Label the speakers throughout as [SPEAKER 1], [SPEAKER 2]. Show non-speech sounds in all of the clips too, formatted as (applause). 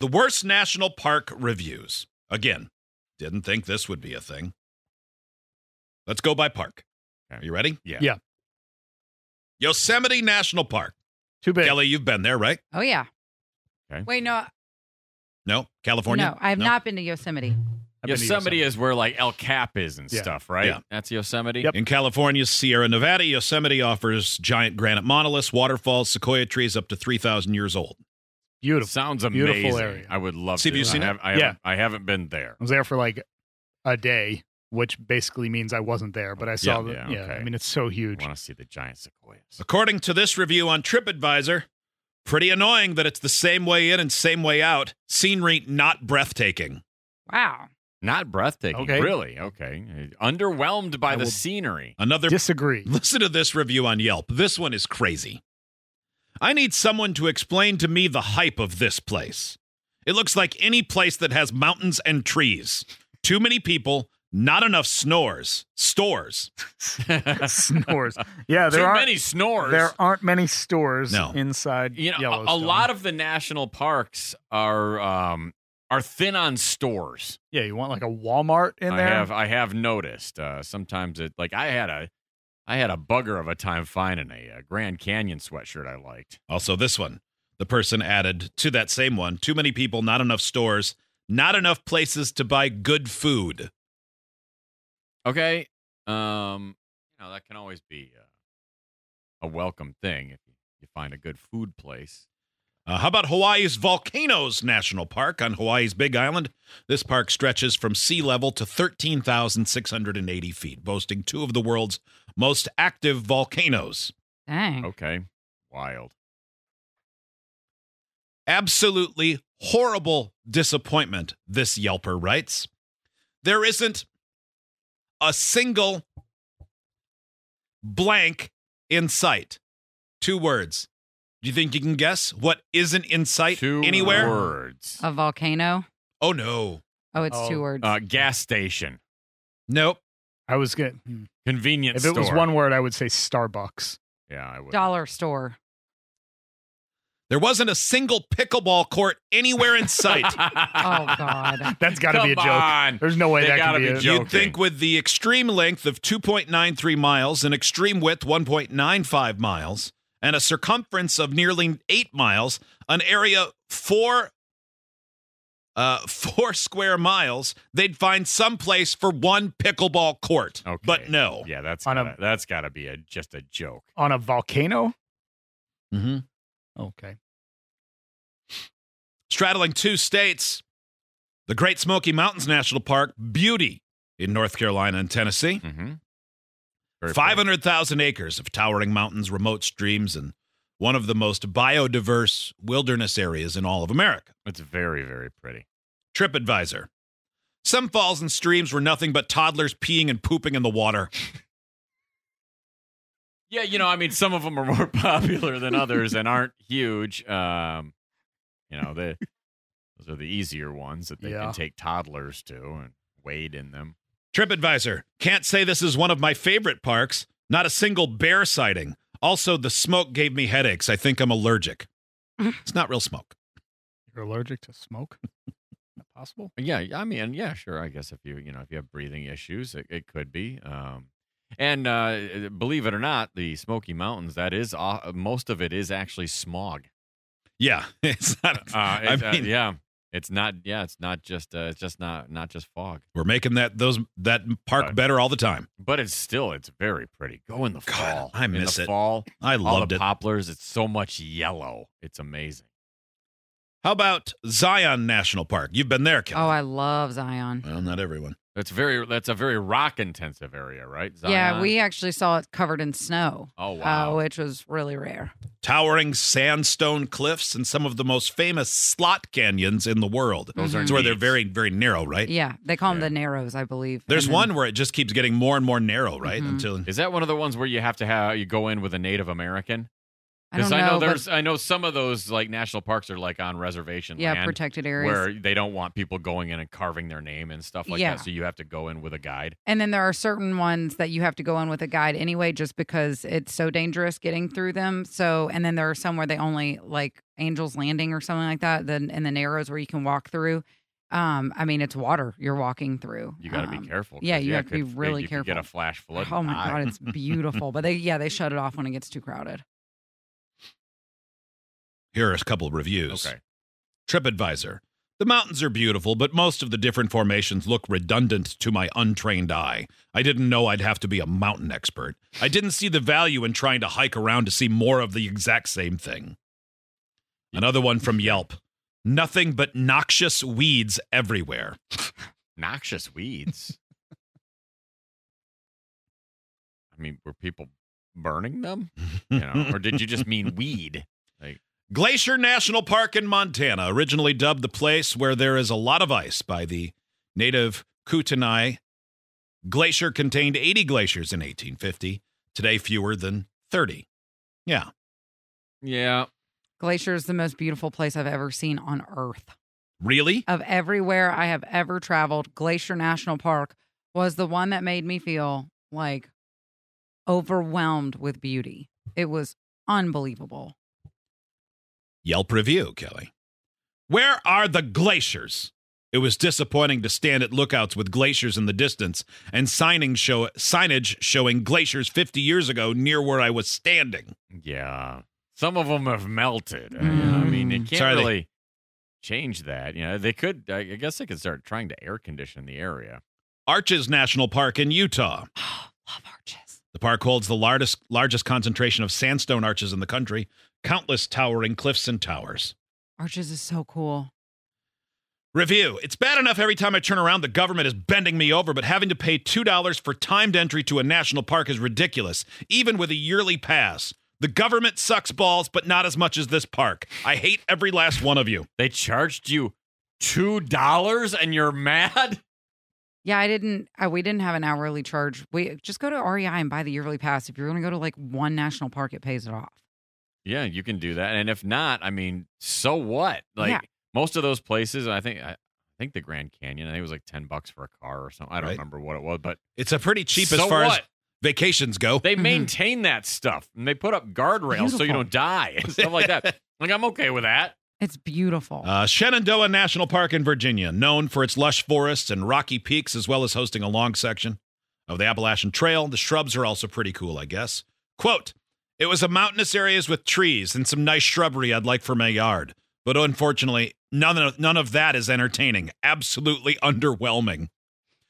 [SPEAKER 1] The worst national park reviews. Again, didn't think this would be a thing. Let's go by park. Are you ready?
[SPEAKER 2] Yeah.
[SPEAKER 3] Yeah.
[SPEAKER 1] Yosemite National Park.
[SPEAKER 3] Too big.
[SPEAKER 1] Kelly, you've been there, right?
[SPEAKER 2] Oh yeah.
[SPEAKER 3] Okay.
[SPEAKER 2] Wait, no,
[SPEAKER 1] No, California.
[SPEAKER 2] no, I have not been to Yosemite.
[SPEAKER 3] I've been to
[SPEAKER 4] Yosemite is where like El Cap is and
[SPEAKER 3] Yeah.
[SPEAKER 4] stuff, right?
[SPEAKER 1] Yeah.
[SPEAKER 4] That's Yosemite.
[SPEAKER 3] Yep.
[SPEAKER 1] In California's Sierra Nevada, Yosemite offers giant granite monoliths, waterfalls, sequoia trees up to 3,000 years old.
[SPEAKER 3] Beautiful.
[SPEAKER 4] Sounds amazing.
[SPEAKER 3] Beautiful area.
[SPEAKER 4] I would love
[SPEAKER 1] See, have
[SPEAKER 4] to.
[SPEAKER 1] you seen
[SPEAKER 4] I
[SPEAKER 1] it?
[SPEAKER 4] have, I
[SPEAKER 3] Yeah.
[SPEAKER 4] Haven't, I haven't been there.
[SPEAKER 3] I was there for like a day, which basically means I wasn't there, but I saw
[SPEAKER 1] Yeah,
[SPEAKER 3] the,
[SPEAKER 4] yeah,
[SPEAKER 3] yeah,
[SPEAKER 4] okay.
[SPEAKER 3] I mean, it's so
[SPEAKER 4] I
[SPEAKER 3] huge.
[SPEAKER 4] want to see the giant sequoias.
[SPEAKER 1] According to this review on TripAdvisor, pretty annoying that it's the same way in and same way out. Scenery not breathtaking.
[SPEAKER 2] Wow.
[SPEAKER 4] Not breathtaking.
[SPEAKER 3] Okay.
[SPEAKER 4] Really? Okay. Underwhelmed by
[SPEAKER 3] I
[SPEAKER 4] the
[SPEAKER 3] will-
[SPEAKER 4] scenery.
[SPEAKER 1] Another
[SPEAKER 4] (laughs)
[SPEAKER 3] Disagree. (laughs)
[SPEAKER 1] Listen to this review on Yelp. This one is crazy. I need someone to explain to me the hype of this place. It looks like any place that has mountains and trees. Too many people, not enough snores. Stores.
[SPEAKER 3] Snores. Yeah, there
[SPEAKER 4] Too
[SPEAKER 3] are
[SPEAKER 4] many snores.
[SPEAKER 3] There aren't many stores
[SPEAKER 1] No.
[SPEAKER 3] inside
[SPEAKER 4] you know, a- a,
[SPEAKER 3] Yellowstone.
[SPEAKER 4] lot of the national parks are um are thin on stores.
[SPEAKER 3] yeah. You want like a Walmart in
[SPEAKER 4] I
[SPEAKER 3] there?
[SPEAKER 4] have I have noticed. Uh, sometimes it like I had a I had a bugger of a time finding a, a Grand Canyon sweatshirt I liked.
[SPEAKER 1] Also, this one. The person added to that same one too many people, not enough stores, not enough places to buy good food.
[SPEAKER 4] Okay. Um, you know, that can always be uh, a welcome thing if you, you find a good food place.
[SPEAKER 1] Uh, how about Hawaii's Volcanoes National Park on Hawaii's Big Island? This park stretches from sea level to 13,680 feet, boasting two of the world's most active volcanoes.
[SPEAKER 3] Mm.
[SPEAKER 2] Dang.
[SPEAKER 4] Okay. Wild.
[SPEAKER 1] Absolutely horrible disappointment, this Yelper writes. There isn't a single blank in sight. Two words. Do you think you can guess what isn't in sight
[SPEAKER 4] Two
[SPEAKER 1] anywhere?
[SPEAKER 4] words.
[SPEAKER 2] A volcano.
[SPEAKER 1] Oh, no.
[SPEAKER 2] Oh, it's two
[SPEAKER 3] Oh,
[SPEAKER 2] words.
[SPEAKER 4] Uh, (laughs) gas station.
[SPEAKER 1] Nope.
[SPEAKER 3] I was gonna. hmm.
[SPEAKER 4] Convenience
[SPEAKER 3] If it was
[SPEAKER 4] store.
[SPEAKER 3] one word, I would say Starbucks.
[SPEAKER 4] Yeah, I
[SPEAKER 3] (laughs)
[SPEAKER 4] would.
[SPEAKER 2] Dollar store.
[SPEAKER 1] There wasn't a single pickleball court anywhere in sight.
[SPEAKER 4] (laughs)
[SPEAKER 2] Oh God.
[SPEAKER 3] That's got to be a
[SPEAKER 4] Come
[SPEAKER 3] joke.
[SPEAKER 4] on.
[SPEAKER 3] There's no way
[SPEAKER 4] They
[SPEAKER 3] that
[SPEAKER 4] gotta
[SPEAKER 3] can
[SPEAKER 4] be
[SPEAKER 3] be, a
[SPEAKER 4] joking.
[SPEAKER 1] You'd think with the extreme length of 2.93 miles, an extreme width 1.95 miles, and a circumference of nearly 8 miles, an area 4 uh (laughs) 4 square miles, they'd find some place for one pickleball court.
[SPEAKER 4] Okay.
[SPEAKER 1] But
[SPEAKER 3] (laughs)
[SPEAKER 1] no.
[SPEAKER 4] Yeah, that's
[SPEAKER 3] On a-
[SPEAKER 4] gotta, that's got to be a just a joke.
[SPEAKER 3] on a volcano.
[SPEAKER 1] Mm-hmm.
[SPEAKER 3] Okay.
[SPEAKER 1] straddling two states the Great Smoky Mountains National Park, beauty in North Carolina and Tennessee.
[SPEAKER 4] Mm-hmm.
[SPEAKER 1] 500,000 acres of towering mountains, remote streams, and one of the most biodiverse wilderness areas in all of America.
[SPEAKER 4] It's very very pretty.
[SPEAKER 1] TripAdvisor. Some falls and streams were nothing but toddlers peeing and pooping in the water.
[SPEAKER 4] Yeah, you know, I mean, some of them are more (laughs) popular than others and aren't huge. Um, you know, the those are the easier ones that they
[SPEAKER 3] Yeah.
[SPEAKER 4] can take toddlers to and wade in them.
[SPEAKER 1] TripAdvisor. Can't say this is one of my favorite parks. Not a single bear sighting. Also, the smoke gave me headaches. I think I'm allergic. It's not real smoke.
[SPEAKER 3] You're allergic to smoke? (laughs) Not possible.
[SPEAKER 4] Yeah, I mean, yeah, sure. I guess if you you know if you have breathing issues, it, it could be. Um, and uh, believe it or not, the Smoky Mountains that is uh, most of it is
[SPEAKER 1] (laughs)
[SPEAKER 4] actually smog.
[SPEAKER 1] Yeah, it's not.
[SPEAKER 4] Uh,
[SPEAKER 1] I
[SPEAKER 4] it's, uh,
[SPEAKER 1] mean-
[SPEAKER 4] yeah, it's not. Yeah, it's not just. Uh, it's just not not just fog.
[SPEAKER 1] We're making that those that park
[SPEAKER 4] Right.
[SPEAKER 1] better all the time.
[SPEAKER 4] But it's still it's very pretty. Go in the
[SPEAKER 1] God,
[SPEAKER 4] fall.
[SPEAKER 1] I miss
[SPEAKER 4] in the
[SPEAKER 1] it.
[SPEAKER 4] Fall.
[SPEAKER 1] I
[SPEAKER 4] all
[SPEAKER 1] loved
[SPEAKER 4] the
[SPEAKER 1] it.
[SPEAKER 4] poplars. It's so much yellow. It's amazing.
[SPEAKER 1] How about Zion National Park? You've been there, Kelly.
[SPEAKER 2] Oh, I love Zion.
[SPEAKER 1] well, not everyone.
[SPEAKER 4] That's very. That's a very rock intensive area, right?
[SPEAKER 2] Yeah,
[SPEAKER 4] Zion?
[SPEAKER 2] we actually saw it covered in snow.
[SPEAKER 4] Oh, wow.
[SPEAKER 2] uh, which was really rare.
[SPEAKER 1] Towering sandstone cliffs and some of the most famous slot canyons in the world.
[SPEAKER 4] Those are
[SPEAKER 1] It's where they're
[SPEAKER 4] neat.
[SPEAKER 1] very, very narrow, right?
[SPEAKER 2] Yeah, Mm-hmm. they call
[SPEAKER 4] Yeah.
[SPEAKER 2] them the Narrows, I believe.
[SPEAKER 1] There's
[SPEAKER 2] And then-
[SPEAKER 1] one where it just keeps getting more and more narrow, right?
[SPEAKER 2] Mhm.
[SPEAKER 1] Until
[SPEAKER 4] Is that one of the ones where you have to have you go in with a Native American?
[SPEAKER 2] I don't
[SPEAKER 4] I, know,
[SPEAKER 2] but-
[SPEAKER 4] there's I know some of those like national parks are like on reservation
[SPEAKER 2] yeah
[SPEAKER 4] land
[SPEAKER 2] protected areas.
[SPEAKER 4] where they don't want people going in and carving their name and stuff like
[SPEAKER 2] Yeah.
[SPEAKER 4] that. So you have to go in with a guide.
[SPEAKER 2] And then there are certain ones that you have to go in with a guide anyway, just because it's so dangerous getting through them. So, and then there are some where they only like Angel's Landing or something like that. Then in the Narrows where you can walk through. Um, I mean, it's water you're walking through.
[SPEAKER 4] You got to
[SPEAKER 2] Um,
[SPEAKER 4] be careful. 'cause,
[SPEAKER 2] yeah, you have
[SPEAKER 4] it
[SPEAKER 2] to be
[SPEAKER 4] could-
[SPEAKER 2] really
[SPEAKER 4] you could Get a
[SPEAKER 2] careful.
[SPEAKER 4] flash flood.
[SPEAKER 2] Oh my
[SPEAKER 4] Ah, (laughs)
[SPEAKER 2] god, it's beautiful. but they yeah they shut it off when it gets too crowded.
[SPEAKER 1] here are a couple of reviews.
[SPEAKER 4] Okay.
[SPEAKER 1] TripAdvisor. The mountains are beautiful, but most of the different formations look redundant to my untrained eye. I didn't know I'd have to be a mountain expert. I didn't see the value in trying to hike around to see more of the exact same thing. Another one from Yelp. Nothing but noxious weeds everywhere.
[SPEAKER 4] Noxious weeds. I mean, were people burning them? You know, or did you just mean weed?
[SPEAKER 1] Glacier National Park in Montana, originally dubbed the place where there is a lot of ice by the native Kootenai. Glacier contained 80 glaciers in 1850, today fewer than 30. Yeah.
[SPEAKER 4] Yeah.
[SPEAKER 2] Glacier is the most beautiful place I've ever seen on Earth.
[SPEAKER 1] Really?
[SPEAKER 2] Of everywhere I have ever traveled, Glacier National Park was the one that made me feel like overwhelmed with beauty. It was unbelievable. (gasps)
[SPEAKER 1] Yelp review, Kelly. Where are the glaciers? It was disappointing to stand at lookouts with glaciers in the distance and signing show signage showing glaciers 50 years ago near where I was standing.
[SPEAKER 4] Yeah. Some of them have melted. I- I mean, it
[SPEAKER 2] Mm.
[SPEAKER 4] can't
[SPEAKER 1] Sorry, they-
[SPEAKER 4] really change that. You know, they could, I I guess they could start trying to air condition the area.
[SPEAKER 1] Arches National Park in Utah.
[SPEAKER 2] Love arches.
[SPEAKER 1] The park holds the largest largest concentration of sandstone arches in the country, countless towering cliffs and towers.
[SPEAKER 2] Arches is so cool.
[SPEAKER 1] Review. It's bad enough every time I turn around the government is bending me over, but having to pay $2 for timed entry to a national park is ridiculous, even with a yearly pass. The government sucks balls, but not as much as this park. I hate every last one of you.
[SPEAKER 4] They charged you $2 and you're mad?
[SPEAKER 2] Yeah, I didn't. I, we didn't have an hourly charge. We just go to REI and buy the yearly pass. If you're going to go to like one national park, it pays it off.
[SPEAKER 4] Yeah, you can do that. And if not, I mean, so what? Like
[SPEAKER 2] Yeah.
[SPEAKER 4] most of those places, I think, I, I think the Grand Canyon, I think it was like 10 bucks for a car or something. I don't
[SPEAKER 1] Right.
[SPEAKER 4] remember what it was, but
[SPEAKER 1] It's a pretty cheap
[SPEAKER 4] So
[SPEAKER 1] as Mm-hmm. far
[SPEAKER 4] what?
[SPEAKER 1] as vacations go.
[SPEAKER 4] They
[SPEAKER 2] Mhm.
[SPEAKER 4] maintain that stuff and they put up guardrails so you
[SPEAKER 2] Beautiful.
[SPEAKER 4] don't die and stuff
[SPEAKER 1] (laughs)
[SPEAKER 4] like that. like, I'm okay with that.
[SPEAKER 2] It's beautiful.
[SPEAKER 1] Uh, Shenandoah National Park in Virginia, known for its lush forests and rocky peaks, as well as hosting a long section of the Appalachian Trail. The shrubs are also pretty cool, I guess. Quote It was a mountainous areas with trees and some nice shrubbery I'd like for my yard. But unfortunately, none of, none of that is entertaining. Absolutely underwhelming.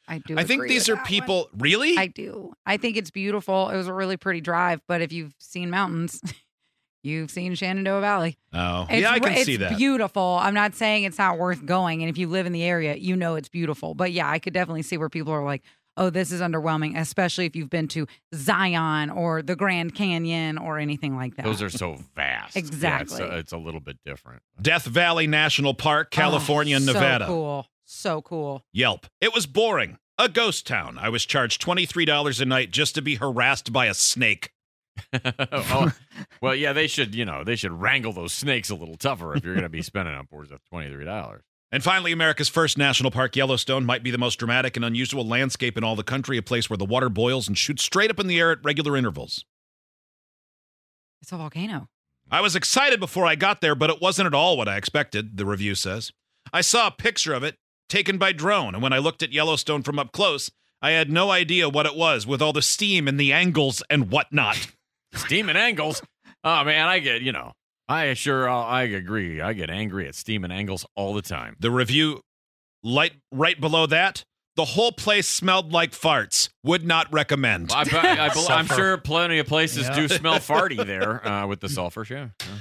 [SPEAKER 2] I do.
[SPEAKER 1] I think
[SPEAKER 2] agree
[SPEAKER 1] these
[SPEAKER 2] with
[SPEAKER 1] are
[SPEAKER 2] that one.
[SPEAKER 1] people. Really?
[SPEAKER 2] I do. I think it's beautiful. It was a really pretty drive, but if you've seen mountains, (laughs) you've seen Shenandoah Valley.
[SPEAKER 1] oh,
[SPEAKER 2] It's
[SPEAKER 1] yeah, I
[SPEAKER 2] re-
[SPEAKER 1] can
[SPEAKER 2] it's
[SPEAKER 1] see that.
[SPEAKER 2] beautiful. I'm not saying it's not worth going. And if you live in the area, you know it's beautiful. But yeah, I could definitely see where people are like, oh, this is underwhelming, especially if you've been to Zion or the Grand Canyon or anything like that.
[SPEAKER 4] Those are so vast. Yeah, it's- uh,
[SPEAKER 2] Exactly.
[SPEAKER 4] it's, a little bit different.
[SPEAKER 1] Death Valley National Park,
[SPEAKER 2] Oh,
[SPEAKER 1] California, and
[SPEAKER 2] so
[SPEAKER 1] Nevada.
[SPEAKER 2] cool. So cool.
[SPEAKER 1] Yelp. It was boring. A ghost town. I was charged $23 a night just to be harassed by a snake.
[SPEAKER 4] (laughs) oh, well, yeah, they should, you know, they should wrangle those snakes a little tougher if you're going to be spending upwards of $23.
[SPEAKER 1] And finally, America's first national park, Yellowstone, might be the most dramatic and unusual landscape in all the country, a place where the water boils and shoots straight up in the air at regular intervals.
[SPEAKER 2] It's a volcano.
[SPEAKER 1] I was excited before I got there, but it wasn't at all what I expected, the review says. I saw a picture of it taken by drone, and when I looked at Yellowstone from up close, I had no idea what it was with all the steam and the angles and whatnot.
[SPEAKER 4] Steam and angles. Oh, man, I get, you know, I sure, uh, I agree. I get angry at steam and angles all the time.
[SPEAKER 1] The review light right below that, the whole place smelled like farts. Would not recommend.
[SPEAKER 3] (laughs)
[SPEAKER 4] I, I, I, am
[SPEAKER 3] Sulfur.
[SPEAKER 4] sure plenty of places
[SPEAKER 3] Yeah. (laughs)
[SPEAKER 4] do smell farty there uh, with the sulfur, yeah. yeah.